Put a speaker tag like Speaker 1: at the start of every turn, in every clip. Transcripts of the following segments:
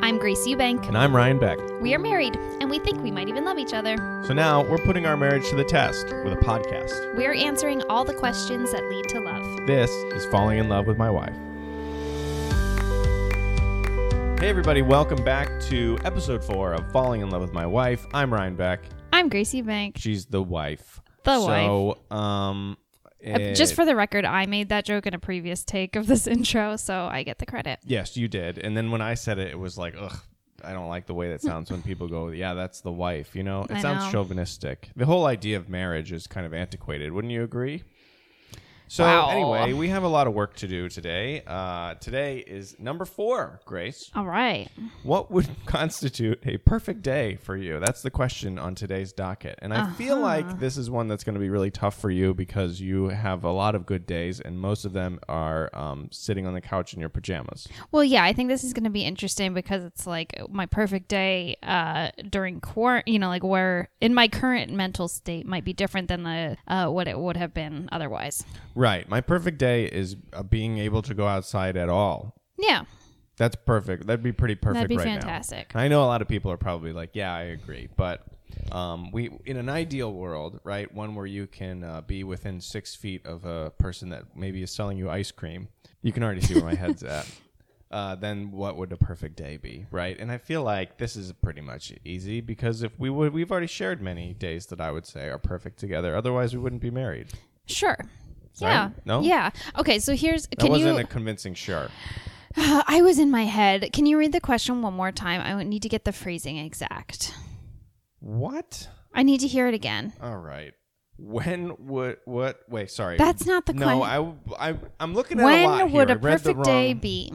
Speaker 1: I'm Grace Eubank.
Speaker 2: And I'm Ryan Beck.
Speaker 1: We are married, and we think we might even love each other.
Speaker 2: So now we're putting our marriage to the test with a podcast.
Speaker 1: We're answering all the questions that lead to love.
Speaker 2: This is Falling in Love with My Wife. Hey, everybody, welcome back to episode four of Falling in Love with My Wife. I'm Ryan Beck.
Speaker 1: I'm Grace Eubank.
Speaker 2: She's the wife.
Speaker 1: The
Speaker 2: so, um,
Speaker 1: wife. Uh, Just
Speaker 2: it-
Speaker 1: for the record, I made that joke in a previous take of this intro, so I get the credit.
Speaker 2: Yes, you did. And then when I said it, it was like, ugh, I don't like the way that sounds when people go, yeah, that's the wife. You know, it
Speaker 1: I
Speaker 2: sounds
Speaker 1: know.
Speaker 2: chauvinistic. The whole idea of marriage is kind of antiquated. Wouldn't you agree? So,
Speaker 1: Wow.
Speaker 2: anyway, we have a lot of work to do today. Uh, today is number four, Grace.
Speaker 1: All right.
Speaker 2: What would constitute a perfect day for you? That's the question on today's docket. And I
Speaker 1: Uh-huh.
Speaker 2: feel like this is one that's going to be really tough for you because you have a lot of good days, and most of them are um, sitting on the couch in your pajamas.
Speaker 1: Well, yeah, I think this is going to be interesting because it's like my perfect day uh, during quarantine, you know, like where in my current mental state might be different than the uh, what it would have been otherwise.
Speaker 2: Right. My perfect day is uh, being able to go outside at all.
Speaker 1: Yeah.
Speaker 2: That's perfect. That'd be pretty perfect
Speaker 1: be
Speaker 2: right now.
Speaker 1: fantastic.
Speaker 2: I know a lot of people are probably like, "Yeah, I agree," but um, we in an ideal world, right, one where you can uh, be within six feet of a person that maybe is selling you ice cream. You can already see where my head's at. Uh, then what would a perfect day be, right? And I feel like this is pretty much easy because if we would, we've already shared many days that I would say are perfect together. Otherwise, we wouldn't be married.
Speaker 1: Sure. Yeah.
Speaker 2: No?
Speaker 1: Yeah. Okay. So here's.
Speaker 2: That
Speaker 1: Can
Speaker 2: wasn't
Speaker 1: you?
Speaker 2: a convincing sure.
Speaker 1: Uh, I was in my head. Can you read the question one more time? I need to get the phrasing exact.
Speaker 2: What?
Speaker 1: I need to hear it again.
Speaker 2: All right. When would what? Wait, sorry.
Speaker 1: That's not the
Speaker 2: no.
Speaker 1: question.
Speaker 2: I I I'm looking at a lot
Speaker 1: When
Speaker 2: here.
Speaker 1: would
Speaker 2: I
Speaker 1: a
Speaker 2: read the
Speaker 1: perfect day
Speaker 2: wrong-
Speaker 1: be?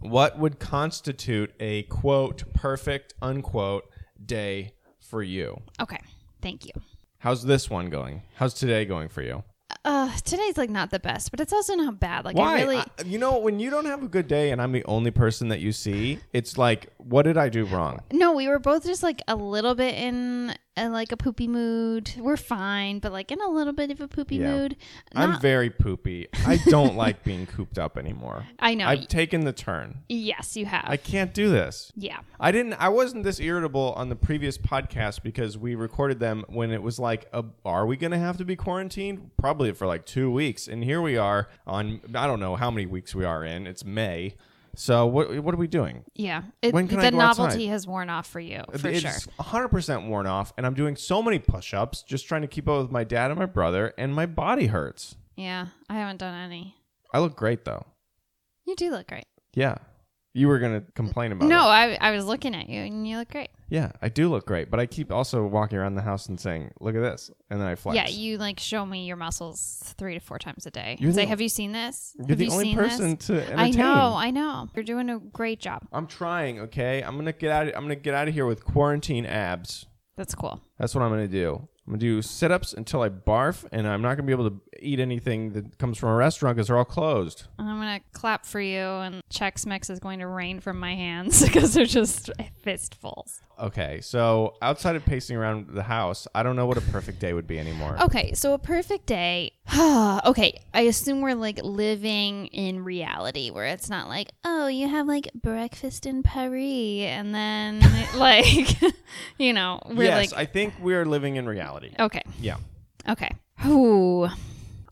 Speaker 2: What would constitute a quote perfect unquote day for you?
Speaker 1: Okay. Thank you.
Speaker 2: How's this one going? How's today going for you?
Speaker 1: Uh, today's like not the best, but it's also not bad. Like
Speaker 2: Why?
Speaker 1: I really.
Speaker 2: I- you know, when you don't have a good day, and I'm the only person that you see, it's like, what did I do wrong?
Speaker 1: no, we were both just like a little bit in uh, like a poopy mood. We're fine, but like in a little bit of a poopy
Speaker 2: Yeah.
Speaker 1: mood.
Speaker 2: I'm very poopy. I don't like being cooped up anymore.
Speaker 1: I know.
Speaker 2: I've taken the turn.
Speaker 1: yes, you have.
Speaker 2: I can't do this.
Speaker 1: yeah.
Speaker 2: I didn't. I wasn't this irritable on the previous podcast because we recorded them when it was like, uh "Are we going to have to be quarantined?" Probably for like two weeks, and here we are on. I don't know how many weeks we are in. It's May, so what what are we doing?
Speaker 1: Yeah. It,
Speaker 2: When can
Speaker 1: the
Speaker 2: I go outside?
Speaker 1: novelty has worn off for you, for
Speaker 2: it's
Speaker 1: sure.
Speaker 2: 100% worn off, and I'm doing so many push-ups just trying to keep up with my dad and my brother, and my body hurts.
Speaker 1: Yeah. I haven't done any.
Speaker 2: I look great though.
Speaker 1: You do look great.
Speaker 2: Yeah, you were going to complain about
Speaker 1: No,
Speaker 2: it.
Speaker 1: I, I was looking at you and you look great.
Speaker 2: Yeah, I do look great, but I keep also walking around the house and saying, "Look at this," and then I flex.
Speaker 1: Yeah, you like show me your muscles three to four times a day.
Speaker 2: You're
Speaker 1: Say,
Speaker 2: the-
Speaker 1: have you seen this?
Speaker 2: You're
Speaker 1: Have
Speaker 2: the
Speaker 1: you
Speaker 2: only
Speaker 1: seen
Speaker 2: person
Speaker 1: This?
Speaker 2: to entertain.
Speaker 1: I know, I know. You're doing a great job.
Speaker 2: I'm trying, okay? I'm gonna get out. I'm gonna get out of here with quarantine abs.
Speaker 1: That's cool.
Speaker 2: That's what I'm gonna do. I'm gonna do sit-ups until I barf, and I'm not gonna be able to eat anything that comes from a restaurant because they're all closed.
Speaker 1: And I'm gonna clap for you, and Chex Mix is going to rain from my hands because they're just fistfuls.
Speaker 2: Okay, so outside of pacing around the house, I don't know what a perfect day would be anymore.
Speaker 1: Okay, so a perfect day. okay, I assume we're like living in reality where it's not like, oh, you have like breakfast in Paris and then like, you know, we're
Speaker 2: yes,
Speaker 1: like,
Speaker 2: I think we are living in reality.
Speaker 1: okay,
Speaker 2: Yeah.
Speaker 1: okay. Ooh,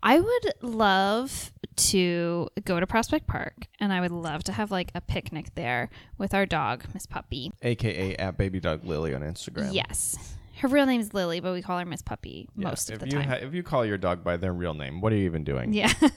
Speaker 1: I would love to go to Prospect Park and I would love to have like a picnic there with our dog, Miss Puppy.
Speaker 2: AKA at Baby Dog Lily on Instagram.
Speaker 1: Yes. Her real name's Lily, but we call her Miss Puppy
Speaker 2: Yeah,
Speaker 1: most
Speaker 2: if
Speaker 1: of the
Speaker 2: you
Speaker 1: time.
Speaker 2: ha- if you call your dog by their real name, what are you even doing?
Speaker 1: Yeah.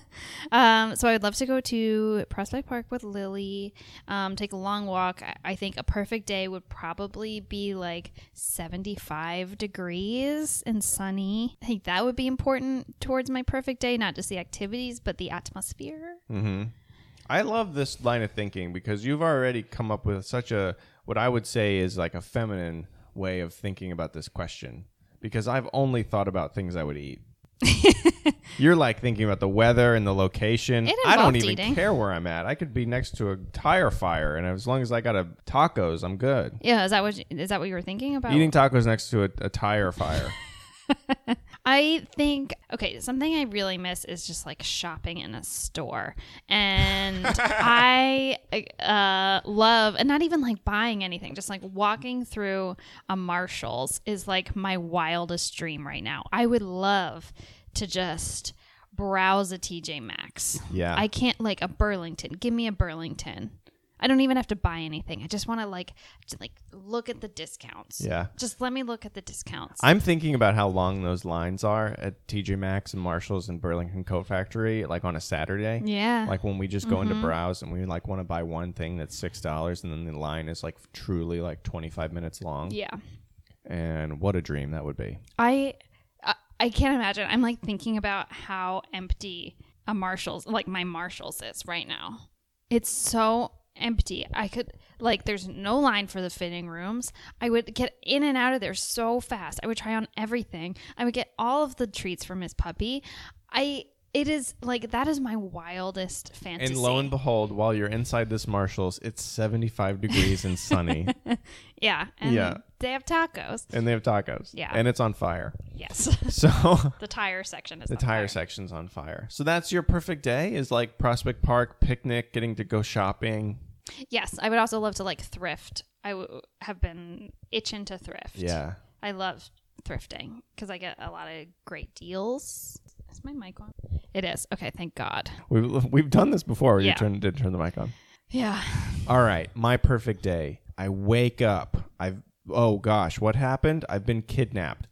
Speaker 1: Um, so I would love to go to Prospect Park with Lily, um, take a long walk. I, I think a perfect day would probably be like 75 degrees and sunny. I think that would be important towards my perfect day, not just the activities, but the atmosphere.
Speaker 2: I love this line of thinking because you've already come up with such a what I would say is like a feminine way of thinking about this question because I've only thought about things I would eat. You're like thinking about the weather and the location.
Speaker 1: It
Speaker 2: I don't
Speaker 1: involved
Speaker 2: even
Speaker 1: eating.
Speaker 2: care where I'm at. I could be next to a tire fire, and as long as I got a tacos, I'm good.
Speaker 1: Oh. Yeah, is that what you, is that what you were thinking about?
Speaker 2: Eating tacos next to a, a tire fire.
Speaker 1: I think okay, something I really miss is just like shopping in a store. And I uh love and not even like buying anything, just like walking through a Marshalls is like my wildest dream right now. I would love to just browse a TJ Maxx.
Speaker 2: Yeah.
Speaker 1: I can't like a Burlington. Give me a Burlington. I don't even have to buy anything. I just want to like to like look at the discounts.
Speaker 2: Yeah.
Speaker 1: Just let me look at the discounts.
Speaker 2: I'm thinking about how long those lines are at TJ Maxx and Marshalls and Burlington Coat Factory, like on a Saturday.
Speaker 1: Yeah.
Speaker 2: Like when we just go
Speaker 1: Mm-hmm.
Speaker 2: into browse and we like want to buy one thing that's six dollars, and then the line is like truly like twenty five minutes long.
Speaker 1: yeah.
Speaker 2: And what a dream that would be.
Speaker 1: I, I I can't imagine. I'm like thinking about how empty a Marshalls, like my Marshalls is right now. It's so empty. I could like there's no line for the fitting rooms. I would get in and out of there so fast. I would try on everything. I would get all of the treats for Miss Puppy. I it is like that is my wildest fantasy.
Speaker 2: And lo and behold, while you're inside this Marshalls, it's seventy five degrees and sunny,
Speaker 1: yeah. And
Speaker 2: Yeah.
Speaker 1: They have tacos.
Speaker 2: and they have tacos.
Speaker 1: Yeah.
Speaker 2: And it's on fire.
Speaker 1: Yes.
Speaker 2: So
Speaker 1: the tire section is
Speaker 2: The tire section's on fire. So that's your perfect day is like Prospect Park picnic, getting to go shopping.
Speaker 1: Yes, I would also love to like thrift. I w- have been itching to thrift.
Speaker 2: Yeah.
Speaker 1: I love thrifting because I get a lot of great deals. Is my mic on? It is. Okay, thank God.
Speaker 2: We've, we've done this before. You
Speaker 1: Yeah.
Speaker 2: turned, did turn the mic on.
Speaker 1: Yeah.
Speaker 2: All right. My perfect day. I wake up. I've, oh gosh, what happened? I've been kidnapped.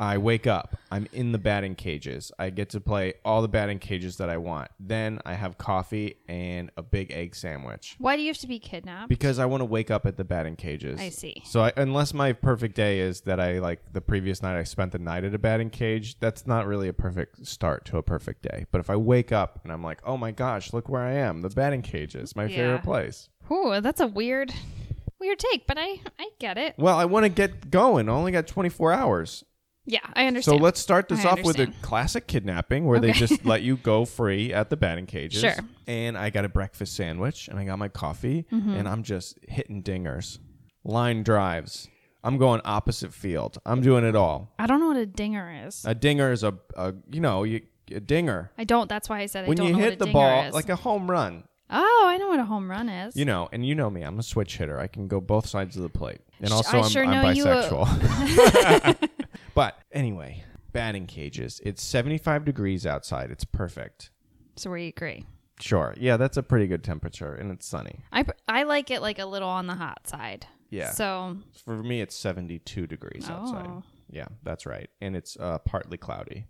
Speaker 2: I wake up. I'm in the batting cages. I get to play all the batting cages that I want. Then I have coffee and a big egg sandwich.
Speaker 1: Why do you have to be kidnapped?
Speaker 2: because I want to wake up at the batting cages.
Speaker 1: I see.
Speaker 2: So I, unless my perfect day is that I like the previous night I spent the night at a batting cage, that's not really a perfect start to a perfect day. But if I wake up and I'm like, oh my gosh, look where I am, the batting cages, my
Speaker 1: Yeah.
Speaker 2: favorite place.
Speaker 1: Ooh, that's a weird, weird take, but I, I get it.
Speaker 2: Well, I want to get going. I only got 24 hours.
Speaker 1: Yeah, I understand.
Speaker 2: So let's start this
Speaker 1: I
Speaker 2: off with a
Speaker 1: understand.
Speaker 2: classic kidnapping where they
Speaker 1: Okay.
Speaker 2: just let you go free at the batting cages.
Speaker 1: Sure.
Speaker 2: And I got a breakfast sandwich and I got my coffee
Speaker 1: Mm-hmm.
Speaker 2: and I'm just hitting dingers, line drives. I'm going opposite field. I'm doing it all.
Speaker 1: I don't know what a dinger is. I,
Speaker 2: A dinger is a, a you know, you, a dinger.
Speaker 1: don't. That's why I said I
Speaker 2: When
Speaker 1: don't
Speaker 2: you
Speaker 1: know
Speaker 2: hit
Speaker 1: what a
Speaker 2: the
Speaker 1: dinger
Speaker 2: ball,
Speaker 1: is.
Speaker 2: like a home run,
Speaker 1: oh, I know what a home run is.
Speaker 2: you know, and you know me, I'm a switch hitter. I can go both sides of the plate. And also,
Speaker 1: I
Speaker 2: I'm,
Speaker 1: sure
Speaker 2: I'm
Speaker 1: know you, uh,
Speaker 2: bisexual. but anyway, batting cages. It's 75 degrees outside. It's perfect.
Speaker 1: so we agree.
Speaker 2: Sure. Yeah, that's a pretty good temperature, and it's sunny.
Speaker 1: I, pr- I like it like a little on the hot side.
Speaker 2: Yeah.
Speaker 1: So
Speaker 2: For me, it's 72 degrees outside.
Speaker 1: Oh.
Speaker 2: Yeah, that's right. And it's uh, partly cloudy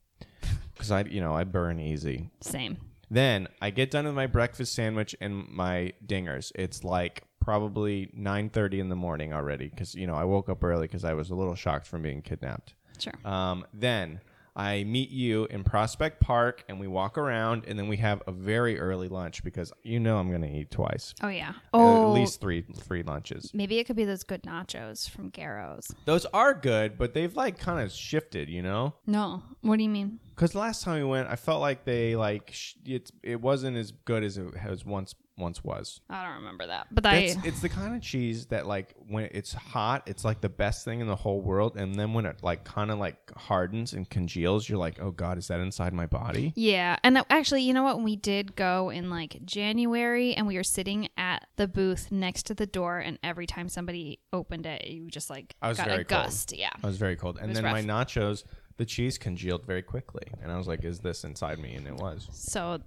Speaker 2: because I, you know, I burn easy.
Speaker 1: same.
Speaker 2: Then I get done with my breakfast sandwich and my dingers. It's like probably 9:30 in the morning already because you know I woke up early because I was a little shocked from being kidnapped.
Speaker 1: Sure.
Speaker 2: Um, then I meet you in Prospect Park and we walk around and then we have a very early lunch because you know I'm going to eat twice.
Speaker 1: Oh yeah. Oh,
Speaker 2: At least three three lunches.
Speaker 1: maybe it could be those good nachos from Garrows.
Speaker 2: Those are good, but they've like kind of shifted, you know?
Speaker 1: No, what do you mean?
Speaker 2: Because last time we went, I felt like they like sh- it's it wasn't as good as it as once once was.
Speaker 1: I don't remember that. But I
Speaker 2: It's, it's the kind of cheese that like when it's hot, it's like the best thing in the whole world, and then when it like kind of like hardens and congeals, you're like, oh god, is that inside my body?
Speaker 1: yeah, and actually, you know what? We did go in like January, and we were sitting at the booth next to the door, and every time somebody opened it, you just like
Speaker 2: I was
Speaker 1: got a
Speaker 2: very cold.
Speaker 1: gust. Yeah.
Speaker 2: I was very cold, and
Speaker 1: was
Speaker 2: then my nachos, the cheese congealed very quickly, and I was like, is this inside me? And it was.
Speaker 1: So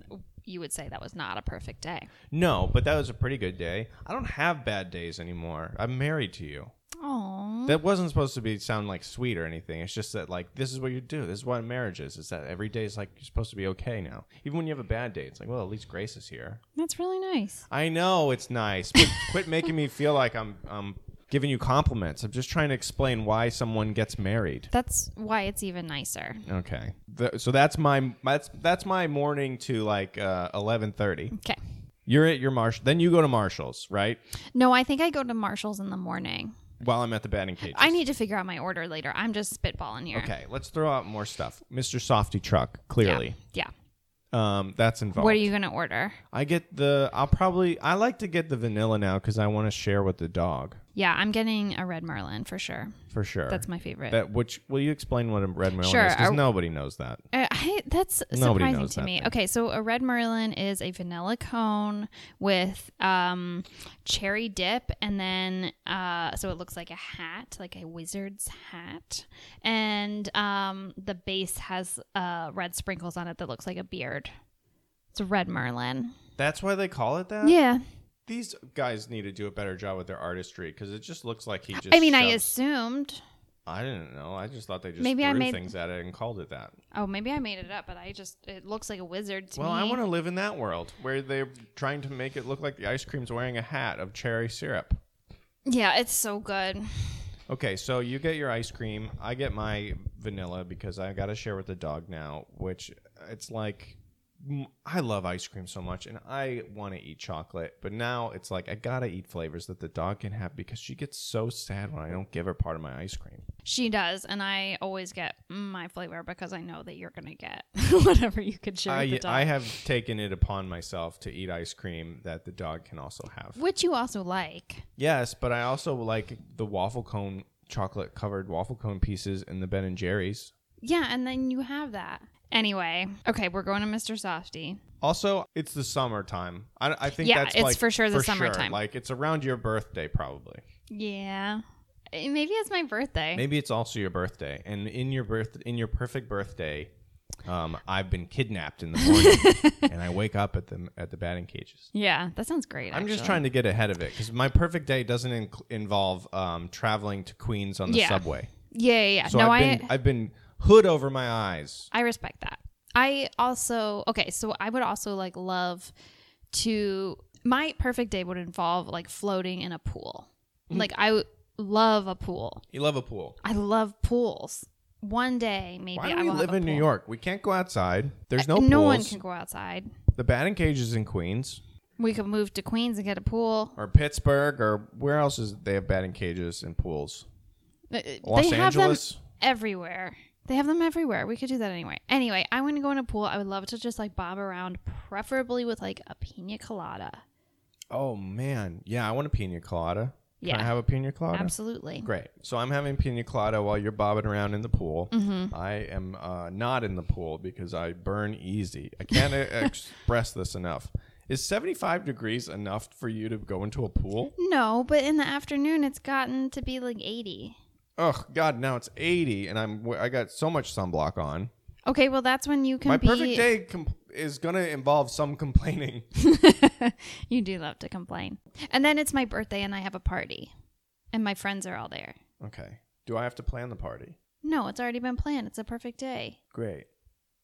Speaker 1: you would say that was not a perfect day.
Speaker 2: No, but that was a pretty good day. I don't have bad days anymore. I'm married to you.
Speaker 1: Oh,
Speaker 2: That wasn't supposed to be sound like sweet or anything. It's just that like this is what you do. This is what marriage is. Is that every day is like you're supposed to be okay now. Even when you have a bad day, it's like well at least Grace is here.
Speaker 1: that's really nice.
Speaker 2: I know it's nice, but quit making me feel like I'm um giving you compliments. I'm just trying to explain why someone gets married.
Speaker 1: That's why it's even nicer.
Speaker 2: Okay, Th- so that's my that's that's my morning to like uh, eleven thirty.
Speaker 1: Okay.
Speaker 2: You're at your marsh. Then you go to Marshalls, right?
Speaker 1: No, I think I go to Marshalls in the morning.
Speaker 2: While I'm at the batting cage.
Speaker 1: I need to figure out my order later. I'm just spitballing here.
Speaker 2: Okay, let's throw out more stuff. Mr. Softy Truck, clearly.
Speaker 1: Yeah. yeah.
Speaker 2: Um, that's involved.
Speaker 1: What are you going to order?
Speaker 2: I get the. I'll probably. I like to get the vanilla now because I want to share with the dog.
Speaker 1: Yeah, I'm getting a red marlin for sure.
Speaker 2: for sure.
Speaker 1: That's my favorite.
Speaker 2: That which will you explain what a red Merlin
Speaker 1: Sure,
Speaker 2: is? Because
Speaker 1: I-
Speaker 2: nobody knows that.
Speaker 1: Uh, I, that's
Speaker 2: Nobody
Speaker 1: surprising
Speaker 2: knows
Speaker 1: to
Speaker 2: that
Speaker 1: me.
Speaker 2: thing.
Speaker 1: Okay, so a red merlin is a vanilla cone with um, cherry dip, and then uh, so it looks like a hat, like a wizard's hat, and um, the base has uh, red sprinkles on it that looks like a beard. It's a red merlin.
Speaker 2: That's why they call it that.
Speaker 1: Yeah,
Speaker 2: These guys need to do a better job with their artistry because it just looks like he just.
Speaker 1: I mean, I
Speaker 2: shoves-
Speaker 1: assumed.
Speaker 2: I didn't know. I just thought they just
Speaker 1: Maybe
Speaker 2: threw
Speaker 1: I made-
Speaker 2: things at it and called it that.
Speaker 1: Oh, maybe I made it up, but I just it looks like a wizard to
Speaker 2: Well, I
Speaker 1: me.
Speaker 2: want to live in that world where they're trying to make it look like the ice cream's wearing a hat of cherry syrup.
Speaker 1: Yeah, it's so good.
Speaker 2: Okay, so you get your ice cream. I get my vanilla because I got to share with the dog now, which it's like mm, I love ice cream so much and I want to eat chocolate, but now it's like I got to eat flavors that the dog can have because she gets so sad when I don't give her part of my ice cream.
Speaker 1: She does, and I always get my flavor because I know that you're gonna get whatever you could share with the
Speaker 2: I,
Speaker 1: dog,
Speaker 2: I have taken it upon myself to eat ice cream that the dog can also have.
Speaker 1: which you also like.
Speaker 2: Yes, but I also like the waffle cone chocolate covered waffle cone pieces in the Ben and Jerry's.
Speaker 1: Yeah, and then you have that anyway. Okay, we're going to Mr. Softy.
Speaker 2: Also, it's the summertime. I, I think
Speaker 1: Yeah,
Speaker 2: that's
Speaker 1: it's
Speaker 2: like,
Speaker 1: for sure the summertime.
Speaker 2: Like it's around your birthday probably.
Speaker 1: Yeah, Eh, maybe it's my birthday.
Speaker 2: Maybe it's also your birthday, and in your birth in your perfect birthday, um, I've been kidnapped in the morning, and I wake up at the at the batting cages.
Speaker 1: Yeah, that sounds great.
Speaker 2: I'm just
Speaker 1: actually.
Speaker 2: trying to get ahead of it because my perfect day doesn't inc- involve um, traveling to Queens on the
Speaker 1: Yeah.
Speaker 2: subway.
Speaker 1: Yeah, yeah. yeah.
Speaker 2: So
Speaker 1: no,
Speaker 2: I've
Speaker 1: I
Speaker 2: been I've been hood over my eyes.
Speaker 1: I respect that. I also okay, so I would also like love to my perfect day would involve like floating in a pool.
Speaker 2: Mm-hmm.
Speaker 1: Like I would love a pool.
Speaker 2: You love a pool.
Speaker 1: I love pools. One day maybe
Speaker 2: Why
Speaker 1: I
Speaker 2: do we
Speaker 1: will
Speaker 2: live
Speaker 1: have a
Speaker 2: in New
Speaker 1: pool. Uh,
Speaker 2: York? We can't go outside. There's no
Speaker 1: no
Speaker 2: pools.
Speaker 1: one can go outside.
Speaker 2: The batting cage is in Queens
Speaker 1: We could move to Queens and get a pool.
Speaker 2: or Pittsburgh or where else is they have batting cages and pools?
Speaker 1: Uh, uh,
Speaker 2: Los
Speaker 1: they
Speaker 2: Angeles.
Speaker 1: have them everywhere. They have them everywhere. We could do that anyway. Anyway, I want to go in a pool. I would love to just like bob around, preferably with like a pina colada.
Speaker 2: Oh man, yeah, I want a pina colada.
Speaker 1: Yeah.
Speaker 2: Can I have a pina colada?
Speaker 1: Absolutely.
Speaker 2: Great. So I'm having pina colada while you're bobbing around in the pool.
Speaker 1: Mm-hmm.
Speaker 2: I am uh, not in the pool because I burn easy. I can't uh, express this enough. Is 75 degrees enough for you to go into a pool?
Speaker 1: No, but in the afternoon it's gotten to be like 80.
Speaker 2: Ugh, God, now it's 80 and I'm I got so much sunblock on.
Speaker 1: Okay, well that's when you can
Speaker 2: My
Speaker 1: be
Speaker 2: perfect day com- is going to involve some complaining.
Speaker 1: You do love to complain. And then it's my birthday and I have a party. And my friends are all there.
Speaker 2: Okay. Do I have to plan the party?
Speaker 1: No, it's already been planned. It's a perfect day.
Speaker 2: Great.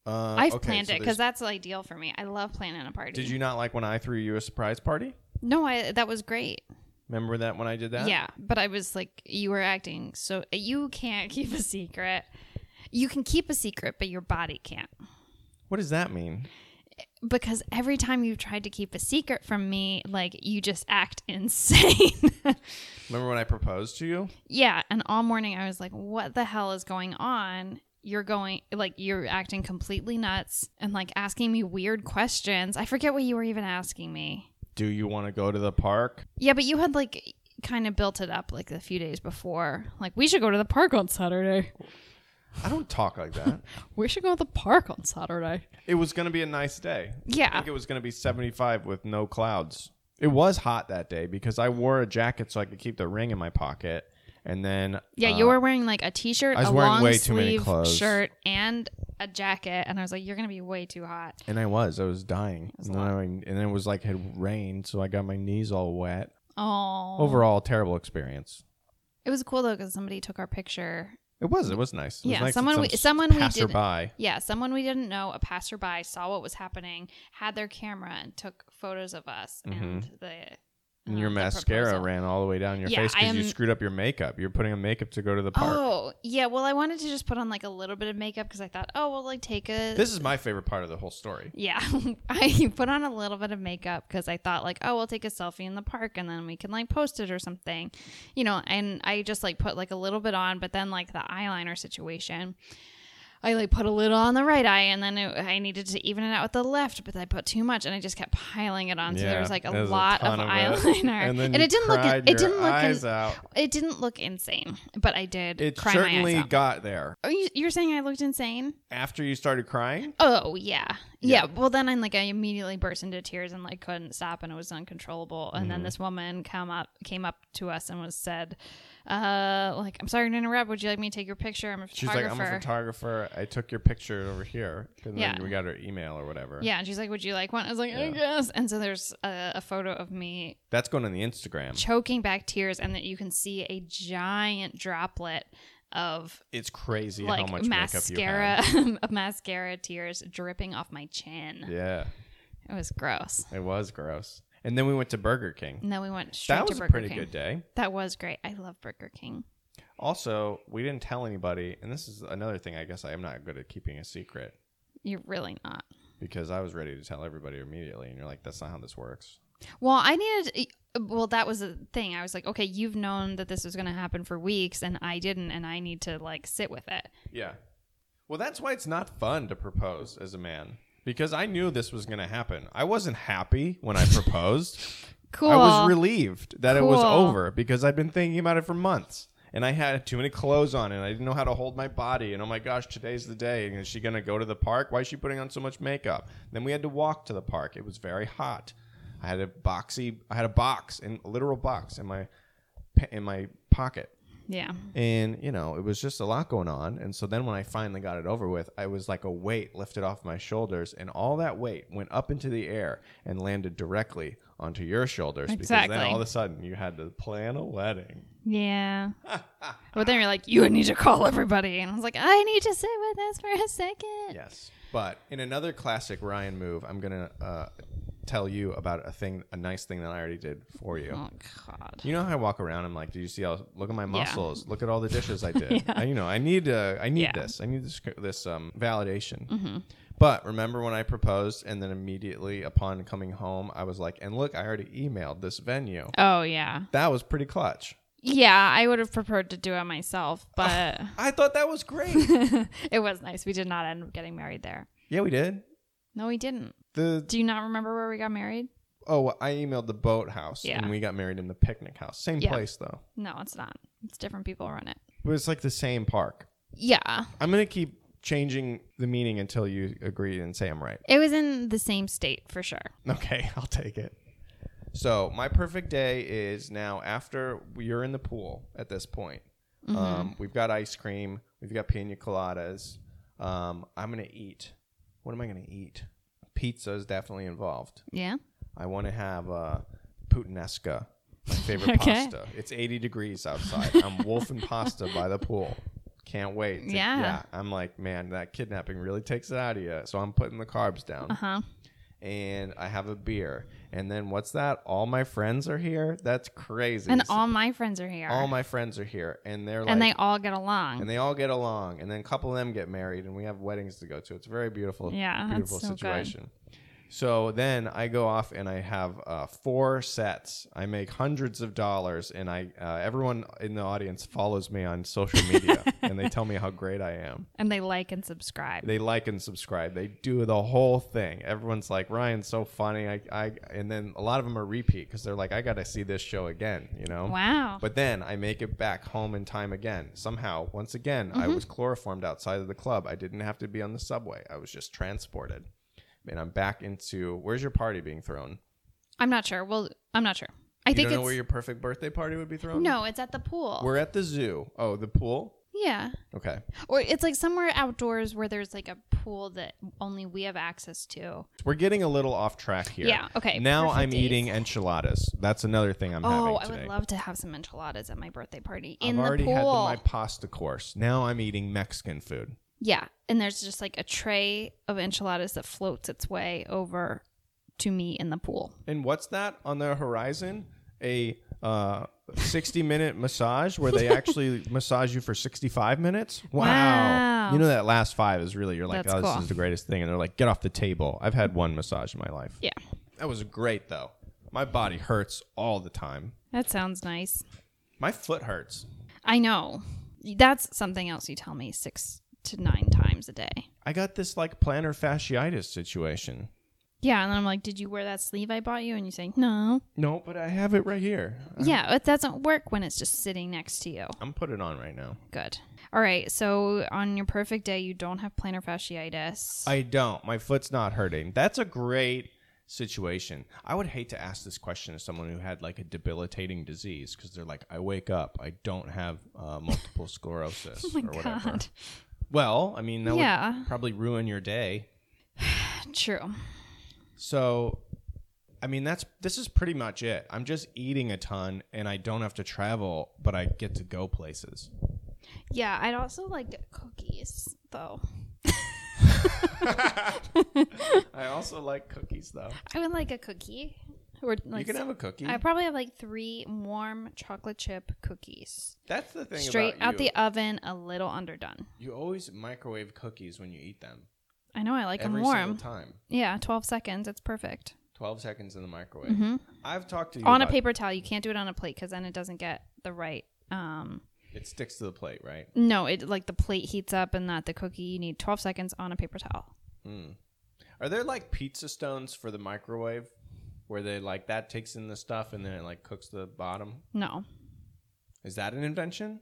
Speaker 2: Uh,
Speaker 1: I've
Speaker 2: okay,
Speaker 1: planned
Speaker 2: so
Speaker 1: it 'cause it
Speaker 2: there's-
Speaker 1: cuz that's ideal for me. I love planning a party.
Speaker 2: Did you not like when I threw you a surprise party?
Speaker 1: No, I that was great.
Speaker 2: Remember that when I did that?
Speaker 1: Yeah, but I was like you were acting so you can't keep a secret. You can keep a secret, but your body can't.
Speaker 2: What does that mean?
Speaker 1: because every time you've tried to keep a secret from me, like you just act insane.
Speaker 2: Remember when I proposed to you?
Speaker 1: yeah. And all morning I was like, what the hell is going on? You're going, like, you're acting completely nuts and like asking me weird questions. I forget what you were even asking me.
Speaker 2: Do you want to go to the park?
Speaker 1: Yeah, but you had like kind of built it up like a few days before. Like, we should go to the park on Saturday.
Speaker 2: I don't talk like that.
Speaker 1: We should go to the park on Saturday.
Speaker 2: it was going to be a nice day. I
Speaker 1: Yeah.
Speaker 2: think it was going to be 75 with no clouds. It was hot that day because I wore a jacket so I could keep the ring in my pocket. And then uh,
Speaker 1: Yeah, you were wearing like a t-shirt,
Speaker 2: I was
Speaker 1: a
Speaker 2: wearing
Speaker 1: long
Speaker 2: way too many
Speaker 1: sleeve
Speaker 2: clothes.
Speaker 1: shirt, and a jacket, and I was like, "You're gonna be way too hot."
Speaker 2: And I was. I was dying. and, then I, and then it was like it had rained, so I got my knees all wet.
Speaker 1: Oh,
Speaker 2: Overall, terrible experience.
Speaker 1: it was cool though because somebody took our picture.
Speaker 2: It was. It was nice. It was
Speaker 1: Yeah,
Speaker 2: nice that
Speaker 1: someone
Speaker 2: some
Speaker 1: we- someone we didn't-
Speaker 2: passerby.
Speaker 1: Yeah, someone we didn't know, a passerby, saw what was happening, had their camera, and took photos of us and the.
Speaker 2: Mm-hmm. And
Speaker 1: uh,
Speaker 2: your
Speaker 1: the
Speaker 2: mascara
Speaker 1: proposal.
Speaker 2: ran all the way down your
Speaker 1: Yeah,
Speaker 2: face
Speaker 1: I
Speaker 2: because you
Speaker 1: am-
Speaker 2: screwed up your makeup. You're putting on makeup to go to the park.
Speaker 1: Oh yeah, well I wanted to just put on like a little bit of makeup because I thought, oh well, like take a
Speaker 2: This is my favorite part of the whole story.
Speaker 1: Yeah, I put on a little bit of makeup because I thought like, oh, we'll take a selfie in the park and then we can like post it or something, you know. And I just like put like a little bit on, but then like the eyeliner situation, I like put a little on the right eye, and then it, I needed to even it out with the left, but I put too much, and I just kept piling it on. so there was like a
Speaker 2: there's
Speaker 1: lot
Speaker 2: ton
Speaker 1: of,
Speaker 2: it.
Speaker 1: eyeliner,
Speaker 2: and, then you
Speaker 1: it didn't look
Speaker 2: cried
Speaker 1: it,
Speaker 2: your
Speaker 1: didn't look
Speaker 2: eyes
Speaker 1: in-
Speaker 2: out.
Speaker 1: it didn't look insane, but I did
Speaker 2: It
Speaker 1: cry
Speaker 2: certainly
Speaker 1: my eyes out.
Speaker 2: got there
Speaker 1: Are you, you're saying I looked insane?
Speaker 2: after you started crying.
Speaker 1: Oh yeah.
Speaker 2: Yeah.
Speaker 1: yeah, Well, then I like I immediately burst into tears and like couldn't stop, and it was uncontrollable. And
Speaker 2: Mm-hmm.
Speaker 1: then this woman come up came up to us and was said, uh, like I'm sorry to interrupt. Would you like me to take your picture? I'm a
Speaker 2: She's
Speaker 1: photographer.
Speaker 2: like, I'm a photographer. I took your picture over here. And
Speaker 1: Yeah.
Speaker 2: then we got her email or whatever.
Speaker 1: yeah, and she's like, "Would you like one?" I was like, "I guess." And so there's a, a photo of me
Speaker 2: That's going on the Instagram.
Speaker 1: choking back tears, and that you can see a giant droplet of
Speaker 2: It's crazy how
Speaker 1: like
Speaker 2: much
Speaker 1: mascara,
Speaker 2: makeup
Speaker 1: of mascara tears dripping off my chin.
Speaker 2: you had.
Speaker 1: It was gross.
Speaker 2: Yeah, it was gross. And then we went to Burger King.
Speaker 1: And then we went straight
Speaker 2: That was
Speaker 1: to
Speaker 2: a
Speaker 1: Burger
Speaker 2: pretty
Speaker 1: King.
Speaker 2: good day.
Speaker 1: That was great. I love Burger King.
Speaker 2: Also, we didn't tell anybody, and this is another thing I guess I am not good at keeping a secret
Speaker 1: You're really not.
Speaker 2: because I was ready to tell everybody immediately, and you're like, that's not how this works.
Speaker 1: Well, I needed. Well, that was the thing. I was like, okay, you've known that this was going to happen for weeks, and I didn't, and I need to like sit with it.
Speaker 2: Yeah. Well, that's why it's not fun to propose as a man because I knew this was going to happen. I wasn't happy when I proposed.
Speaker 1: Cool.
Speaker 2: I was relieved that it was
Speaker 1: Cool.
Speaker 2: over because I've been thinking about it for months. And I had too many clothes on, and I didn't know how to hold my body. And oh my gosh, today's the day. And is she going to go to the park? Why is she putting on so much makeup? Then we had to walk to the park. It was very hot. I had a boxy, I had a box, in a literal box in my pa- in my pocket.
Speaker 1: yeah.
Speaker 2: And you know, it was just a lot going on. And so then when I finally got it over with, I was like a weight lifted off my shoulders, and all that weight went up into the air and landed directly onto your shoulders. Because then
Speaker 1: Exactly.
Speaker 2: all of a sudden you had to plan a wedding.
Speaker 1: Yeah. but then you're like, you need to call everybody, and I was like, I need to sit with this for a second.
Speaker 2: Yes. But in another classic Ryan move, I'm gonna uh, tell you about a thing, a nice thing that I already did for you.
Speaker 1: Oh God.
Speaker 2: You know how I walk around? I'm like, do you see all? Look at my
Speaker 1: Yeah.
Speaker 2: muscles. Look at all the dishes I did. I, you know, I need uh, I need
Speaker 1: Yeah.
Speaker 2: this. I need this this um, validation.
Speaker 1: Mm-hmm.
Speaker 2: But remember when I proposed, and then immediately upon coming home, I was like, and look, I already emailed this venue.
Speaker 1: Oh yeah.
Speaker 2: That was pretty clutch.
Speaker 1: Yeah, I would have preferred to do it myself, but
Speaker 2: I thought that was great.
Speaker 1: it was nice. We did not end up getting married there.
Speaker 2: yeah, we did.
Speaker 1: No, we didn't.
Speaker 2: The
Speaker 1: Do you not remember where we got married?
Speaker 2: oh, I emailed the boat house,
Speaker 1: Yeah.
Speaker 2: and we got married in the picnic house. Same
Speaker 1: Yeah.
Speaker 2: place though.
Speaker 1: No, it's not. It's different people run it.
Speaker 2: It was like the same park.
Speaker 1: Yeah.
Speaker 2: I'm gonna keep changing the meaning until you agree and say I'm right.
Speaker 1: It was in the same state for sure.
Speaker 2: Okay, I'll take it. So my perfect day is now after you're in the pool. At this point, um, we've got ice cream, we've got pina coladas. Um, I'm gonna eat. What am I gonna eat? Pizza is definitely involved.
Speaker 1: Yeah.
Speaker 2: I want to have uh, puttanesca, my favorite
Speaker 1: Okay.
Speaker 2: pasta. It's 80 degrees outside. I'm wolfing pasta by the pool. Can't wait. to-
Speaker 1: Yeah.
Speaker 2: yeah. I'm like, man, that kidnapping really takes it out of you. So I'm putting the carbs down
Speaker 1: Uh huh.
Speaker 2: and I have a beer. And then what's that? All my friends are here. That's crazy.
Speaker 1: And
Speaker 2: So
Speaker 1: all my friends are here.
Speaker 2: all my friends are here, and they're like,
Speaker 1: and they all get along.
Speaker 2: and they all get along. And then a couple of them get married, and we have weddings to go to. It's a very beautiful,
Speaker 1: Yeah, that's
Speaker 2: beautiful
Speaker 1: so good.
Speaker 2: situation. So then I go off and I have uh, four sets. I make hundreds of dollars, and I uh, everyone in the audience follows me on social media, and they tell me how great I am
Speaker 1: and they like and subscribe.
Speaker 2: they like and subscribe. They do the whole thing. Everyone's like, Ryan's so funny. I, I, and then a lot of them are repeat because they're like, I got to see this show again, you know?
Speaker 1: Wow.
Speaker 2: But then I make it back home in time again. Somehow, once again,
Speaker 1: Mm-hmm.
Speaker 2: I was chloroformed outside of the club. I didn't have to be on the subway. I was just transported. And I'm back into where's your party being thrown?
Speaker 1: I'm not sure. Well, I'm not sure. I
Speaker 2: you
Speaker 1: think
Speaker 2: don't know
Speaker 1: it's
Speaker 2: where your perfect birthday party would be thrown?
Speaker 1: no. It's at the pool.
Speaker 2: We're at the zoo. Oh, the pool?
Speaker 1: yeah.
Speaker 2: Okay.
Speaker 1: Or it's like somewhere outdoors where there's like a pool that only we have access to.
Speaker 2: We're getting a little off track here.
Speaker 1: Yeah, okay,
Speaker 2: Now
Speaker 1: perfect
Speaker 2: I'm
Speaker 1: days.
Speaker 2: eating enchiladas. That's another thing I'm having
Speaker 1: oh,
Speaker 2: today.
Speaker 1: I would love to have some enchiladas at my birthday party in
Speaker 2: I've
Speaker 1: the
Speaker 2: already
Speaker 1: pool.
Speaker 2: had the- my pasta course. Now I'm eating Mexican food.
Speaker 1: Yeah, and there's just like a tray of enchiladas that floats its way over to me in the pool.
Speaker 2: And what's that on the horizon? A uh, 60 minute massage where they actually massage you for 65 minutes? Wow.
Speaker 1: Wow.
Speaker 2: You know, that last five is really, you're like,
Speaker 1: That's
Speaker 2: oh,
Speaker 1: cool.
Speaker 2: this is the greatest thing. And they're like, get off the table. I've had one massage in my life.
Speaker 1: Yeah,
Speaker 2: That was great, though. My body hurts all the time.
Speaker 1: that sounds nice.
Speaker 2: My foot hurts.
Speaker 1: I know. That's something else you tell me six to nine times a day.
Speaker 2: I got this like plantar fasciitis situation.
Speaker 1: Yeah, and I'm like, did you wear that sleeve I bought you? And you say, no.
Speaker 2: No, but I have it right here.
Speaker 1: Yeah, it doesn't work when it's just sitting next to you.
Speaker 2: I'm putting it on right now.
Speaker 1: Good. All right. So on your perfect day, you don't have plantar fasciitis.
Speaker 2: I don't. My foot's not hurting. That's a great situation. I would hate to ask this question to someone who had like a debilitating disease because they're like, I wake up, I don't have uh, multiple sclerosis
Speaker 1: Oh
Speaker 2: or
Speaker 1: my
Speaker 2: whatever.
Speaker 1: God.
Speaker 2: Well, I mean, that
Speaker 1: Yeah.
Speaker 2: would probably ruin your day.
Speaker 1: True.
Speaker 2: So, I mean, that's this is pretty much it. I'm just eating a ton and I don't have to travel, but I get to go places.
Speaker 1: Yeah, I'd also like cookies though.
Speaker 2: I also like cookies though.
Speaker 1: I would like a cookie. Or
Speaker 2: you
Speaker 1: like
Speaker 2: can have a cookie.
Speaker 1: I probably have like three warm chocolate chip cookies.
Speaker 2: that's the thing
Speaker 1: Straight out
Speaker 2: about you.
Speaker 1: the oven, a little underdone.
Speaker 2: You always microwave cookies when you eat them.
Speaker 1: I know I like
Speaker 2: every
Speaker 1: them warm.
Speaker 2: single time.
Speaker 1: Yeah, 12 seconds. It's perfect.
Speaker 2: 12 seconds in the microwave.
Speaker 1: Mhm.
Speaker 2: I've talked to you
Speaker 1: On a
Speaker 2: about-
Speaker 1: paper towel, you can't do it on a plate because then it doesn't get the right. Um,
Speaker 2: It sticks to the plate, right?
Speaker 1: no, it like the plate heats up and not the cookie. You need 12 seconds on a paper towel.
Speaker 2: Are there like pizza stones for the microwave where they like that takes in the stuff and then it like cooks the bottom?
Speaker 1: No,
Speaker 2: Is that an invention?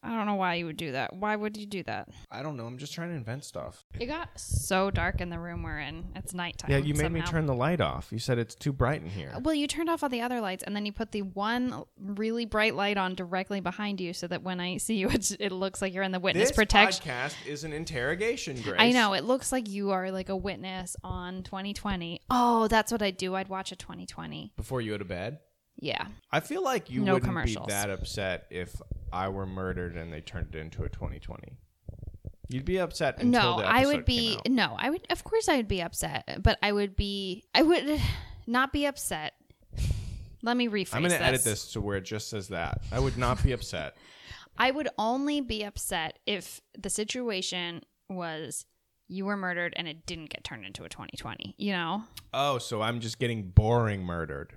Speaker 1: I don't know why you would do that. Why would you do that?
Speaker 2: I don't know. I'm just trying to invent stuff.
Speaker 1: It got so dark in the room we're in. It's nighttime.
Speaker 2: Yeah, you made me
Speaker 1: somehow.
Speaker 2: turn the light off. You said it's too bright in here.
Speaker 1: Well, you turned off all the other lights, and then you put the one really bright light on directly behind you, so that when I see you, it, it looks like you're in the witness
Speaker 2: This
Speaker 1: protection.
Speaker 2: podcast is an interrogation, Grace.
Speaker 1: I know it looks like you are like a witness on 2020. Oh, that's what I do. I'd watch a 2020.
Speaker 2: Before you go to bed,
Speaker 1: Yeah,
Speaker 2: I feel like you
Speaker 1: No
Speaker 2: wouldn't
Speaker 1: commercials.
Speaker 2: be that upset if I were murdered and they turned it into a 2020. You'd be upset. Until
Speaker 1: no,
Speaker 2: the
Speaker 1: I
Speaker 2: episode
Speaker 1: would be
Speaker 2: came out.
Speaker 1: no, I would of course I would be upset, but I would be I would not be upset. Let me rephrase.
Speaker 2: I'm going to edit this to where it just says that. I would not be upset.
Speaker 1: I would only be upset if the situation was you were murdered and it didn't get turned into a 2020, you know?
Speaker 2: oh, so I'm just getting boring murdered.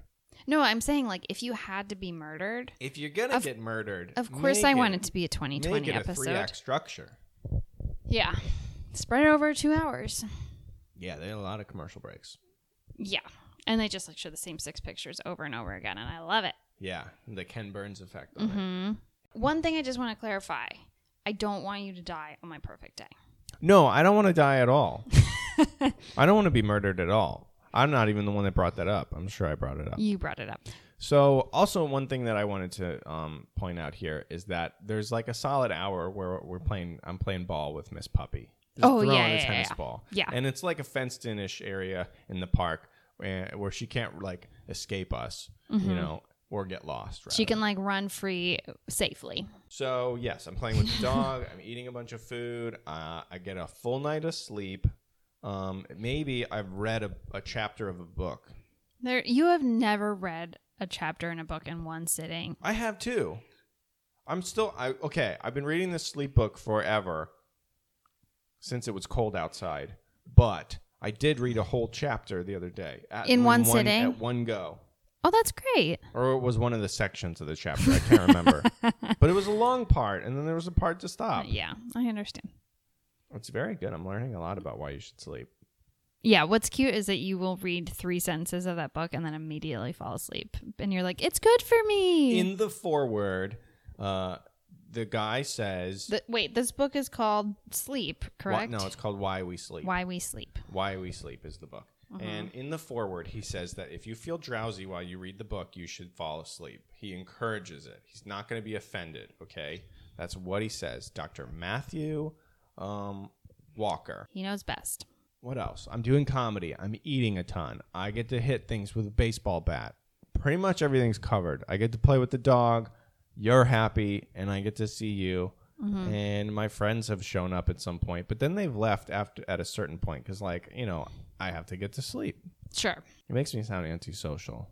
Speaker 1: No, I'm saying like if you had to be murdered,
Speaker 2: If you're going to
Speaker 1: Of-
Speaker 2: get murdered,
Speaker 1: of course I want it to be a 2020
Speaker 2: make it a three
Speaker 1: episode.
Speaker 2: act structure.
Speaker 1: Yeah. Spread it over 2 hours.
Speaker 2: Yeah, they had a lot of commercial breaks.
Speaker 1: Yeah. And they just like show the same six pictures over and over again and I love it.
Speaker 2: Yeah, the Ken Burns effect on it.
Speaker 1: Mhm. One thing I just want to clarify. I don't want you to die on my perfect day.
Speaker 2: No, I don't want to die at all. I don't want to be murdered at all. I'm not even the one that brought that up. I'm sure I brought it up.
Speaker 1: You brought it up.
Speaker 2: So, also one thing that I wanted to um, point out here is that there's like a solid hour where we're playing. I'm playing ball with Miss Puppy. Just
Speaker 1: Oh,
Speaker 2: throwing
Speaker 1: yeah,
Speaker 2: a
Speaker 1: yeah,
Speaker 2: tennis
Speaker 1: yeah.
Speaker 2: ball.
Speaker 1: Yeah.
Speaker 2: and it's like a fenced-in-ish area in the park eh, where, where she can't like escape us, you know, or get lost. Rather.
Speaker 1: Mm-hmm. She can like run free safely.
Speaker 2: So yes, I'm playing with the dog. I'm eating a bunch of food. Uh, I get a full night of sleep. Um, maybe I've read a, a chapter of a book.
Speaker 1: There, you have never read a chapter in a book in one sitting.
Speaker 2: I have too. I'm still I okay, I've been reading this sleep book forever since it was cold outside, but I did read a whole chapter the other day at,
Speaker 1: In one sitting?
Speaker 2: at one go.
Speaker 1: Oh, that's great.
Speaker 2: Or it was one of the sections of the chapter, I can't remember. but it was a long part and then there was a part to stop.
Speaker 1: Uh, Yeah, I understand.
Speaker 2: It's very good. I'm learning a lot about why you should sleep.
Speaker 1: Yeah, what's cute is that you will read three sentences of that book and then immediately fall asleep. And you're like, it's good for me.
Speaker 2: In the foreword, uh the guy says
Speaker 1: The- wait, this book is called Sleep,
Speaker 2: Why-
Speaker 1: correct?
Speaker 2: no, it's called Why We Sleep.
Speaker 1: Why We Sleep.
Speaker 2: Why We Sleep is the book. And in the foreword, he says that if you feel drowsy while you read the book, you should fall asleep. He encourages it. He's not going to be offended, okay? That's what he says. Dr. Matthew um, Walker.
Speaker 1: He knows best.
Speaker 2: What else? I'm doing comedy. I'm eating a ton. I get to hit things with a baseball bat. Pretty much everything's covered. I get to play with the dog. You're happy, and I get to see you.
Speaker 1: Mm-hmm.
Speaker 2: And my friends have shown up at some point, but then they've left after at a certain point because, like, you know, I have to get to sleep.
Speaker 1: Sure.
Speaker 2: It makes me sound antisocial.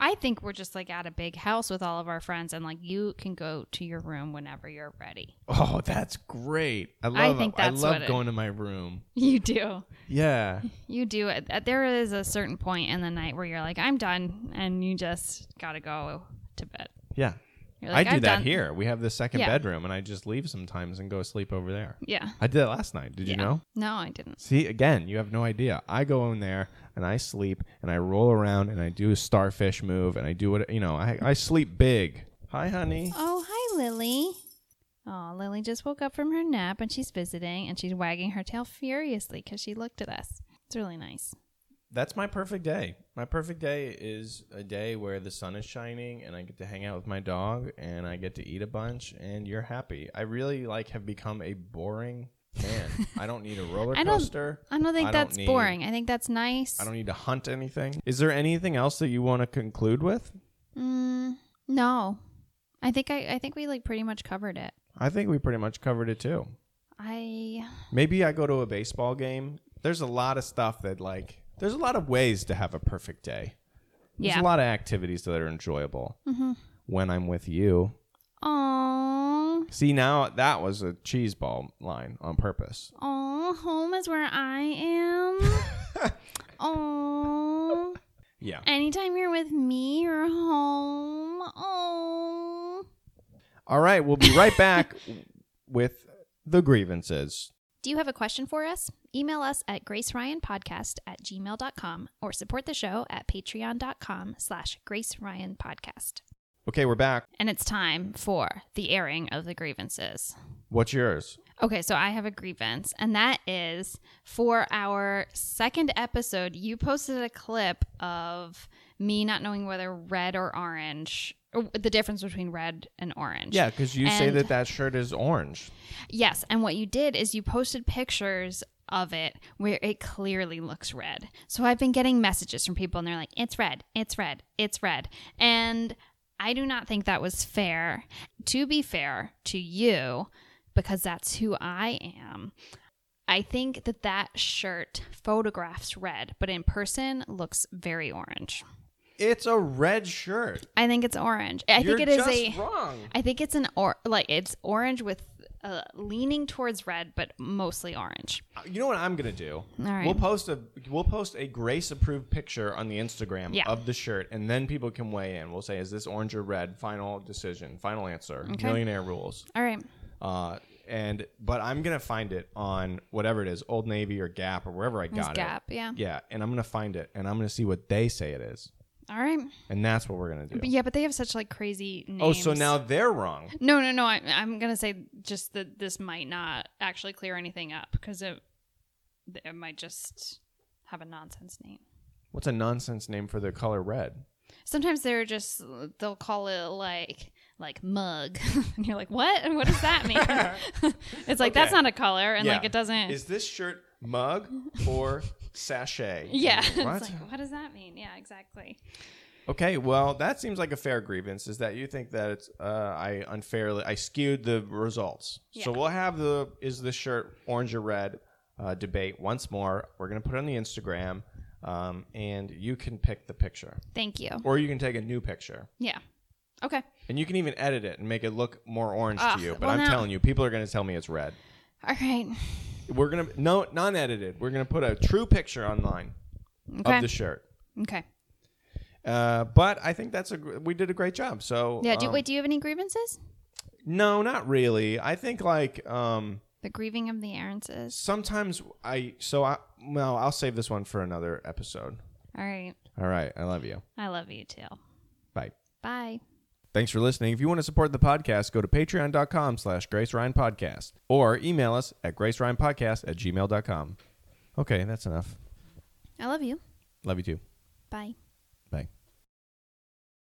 Speaker 1: I think we're just like at a big house with all of our friends and like you can go to your room whenever you're ready.
Speaker 2: Oh, that's great! I love.
Speaker 1: think
Speaker 2: I
Speaker 1: that's what
Speaker 2: love
Speaker 1: it-
Speaker 2: going to my room.
Speaker 1: You do.
Speaker 2: Yeah,
Speaker 1: You do. At- at- There is a certain point in the night where you're like, I'm done, and you just gotta go to bed.
Speaker 2: yeah.
Speaker 1: You're like,
Speaker 2: I do
Speaker 1: "I've
Speaker 2: that
Speaker 1: done-"
Speaker 2: here. We have the second
Speaker 1: Yeah.
Speaker 2: bedroom, and I just leave sometimes and go sleep over there.
Speaker 1: Yeah.
Speaker 2: I did that last night. Did
Speaker 1: yeah.
Speaker 2: you know?
Speaker 1: No, I didn't.
Speaker 2: See, again, you have no idea. I go in there and I sleep and I roll around and I do a starfish move and I do what you know. I, I sleep big. Hi, honey.
Speaker 1: Oh, hi, Lily. Oh, Lily just woke up from her nap and she's visiting and she's wagging her tail furiously because she looked at us. It's really nice.
Speaker 2: That's my perfect day. My perfect day is a day where the sun is shining and I get to hang out with my dog and I get to eat a bunch and you're happy. I really like have become a boring man. I don't need a roller
Speaker 1: I don't-
Speaker 2: coaster.
Speaker 1: I don't think
Speaker 2: I don't
Speaker 1: that's
Speaker 2: need-
Speaker 1: boring. I think that's nice.
Speaker 2: I don't need to hunt anything. Is there anything else that you want to conclude with?
Speaker 1: Mm, no, I think I, I think we like pretty much covered it.
Speaker 2: I think we pretty much covered it too.
Speaker 1: I
Speaker 2: Maybe I go to a baseball game. There's a lot of stuff that like there's a lot of ways to have a perfect day. There's
Speaker 1: yeah.
Speaker 2: a lot of activities that are enjoyable
Speaker 1: mm-hmm.
Speaker 2: when I'm with you.
Speaker 1: Aww,
Speaker 2: See now that was a cheese ball line on purpose.
Speaker 1: aww, home is where I am. Aww,
Speaker 2: Yeah.
Speaker 1: anytime you're with me, you're home. Aww.
Speaker 2: All right, we'll be right back with the grievances.
Speaker 1: Do you have a question for us? Email us at graceryanpodcast at gmail.com or support the show at patreon.com slash graceryanpodcast.
Speaker 2: Okay, we're back.
Speaker 1: And it's time for the airing of the grievances.
Speaker 2: What's yours?
Speaker 1: Okay, so I have a grievance, and that is for our second episode. You posted a clip of me not knowing whether red or orange, or the difference between red and orange.
Speaker 2: Yeah, because you say
Speaker 1: And-
Speaker 2: that that shirt is orange.
Speaker 1: Yes, and what you did is you posted pictures of it where it clearly looks red. So I've been getting messages from people, and they're like, it's red, it's red, it's red. And I do not think that was fair. To be fair to you, because that's who I am. I think that that shirt photographs red, but in person looks very orange.
Speaker 2: It's a red shirt.
Speaker 1: I think it's orange. I
Speaker 2: You're
Speaker 1: think it is
Speaker 2: just
Speaker 1: a
Speaker 2: wrong.
Speaker 1: I think it's an or like it's orange with uh, leaning towards red, but mostly orange.
Speaker 2: You know what I'm gonna do?
Speaker 1: All right.
Speaker 2: We'll post a we'll post a grace approved picture on the Instagram
Speaker 1: Yeah.
Speaker 2: of the shirt, and then people can weigh in. We'll say, is this orange or red? Final decision, final answer. Millionaire rules.
Speaker 1: All right,
Speaker 2: Uh, and but I'm gonna find it on whatever it is, Old Navy or Gap or wherever I got
Speaker 1: Gap, yeah.
Speaker 2: it. Yeah, and I'm gonna find it, and I'm gonna see what they say it is,
Speaker 1: all right.
Speaker 2: and that's what we're gonna do.
Speaker 1: But yeah, but they have such like crazy names.
Speaker 2: Oh, so now they're wrong.
Speaker 1: No, no, no. I, I'm gonna say just that this might not actually clear anything up because it it might just have a nonsense name.
Speaker 2: What's a nonsense name for the color red?
Speaker 1: Sometimes they're just they'll call it like like mug, and you're like, what? And what does that mean? it's like that's
Speaker 2: Okay.
Speaker 1: not a color, and
Speaker 2: Yeah.
Speaker 1: like it doesn't.
Speaker 2: Is this shirt mug or sachet?
Speaker 1: yeah,
Speaker 2: What?
Speaker 1: it's like what does that mean? Yeah, exactly.
Speaker 2: Okay, well, that seems like a fair grievance. Is that you think that it's uh, I unfairly I skewed the results? So
Speaker 1: Yeah.
Speaker 2: we'll have the is the shirt orange or red uh, debate once more. We're gonna put it on the Instagram, um, and you can pick the picture,
Speaker 1: Thank you.
Speaker 2: or you can take a new picture,
Speaker 1: Yeah. Okay.
Speaker 2: and you can even edit it and make it look more orange
Speaker 1: Ugh,
Speaker 2: to you. But
Speaker 1: Ah, well,
Speaker 2: I'm
Speaker 1: now-
Speaker 2: telling you, people are gonna tell me it's red.
Speaker 1: All right.
Speaker 2: We're gonna no non-edited. We're gonna put a true picture online
Speaker 1: Okay.
Speaker 2: of the shirt.
Speaker 1: okay.
Speaker 2: Uh, but I think that's a gr- we did a great job. So
Speaker 1: Yeah. Do,
Speaker 2: um,
Speaker 1: wait. Do you have any grievances?
Speaker 2: No, not really. I think like um
Speaker 1: The grieving of the errances.
Speaker 2: sometimes I so I well, I'll save this one for another episode.
Speaker 1: All right.
Speaker 2: All right, I love you.
Speaker 1: I love you too.
Speaker 2: Bye.
Speaker 1: Bye.
Speaker 2: Thanks for listening. If you want to support the podcast, go to patreon.com slash Grace Ryan Podcast or email us at Grace Ryan Podcast at gmail.com. Okay, that's enough.
Speaker 1: I love you.
Speaker 2: Love you too.
Speaker 1: Bye.
Speaker 2: Bye.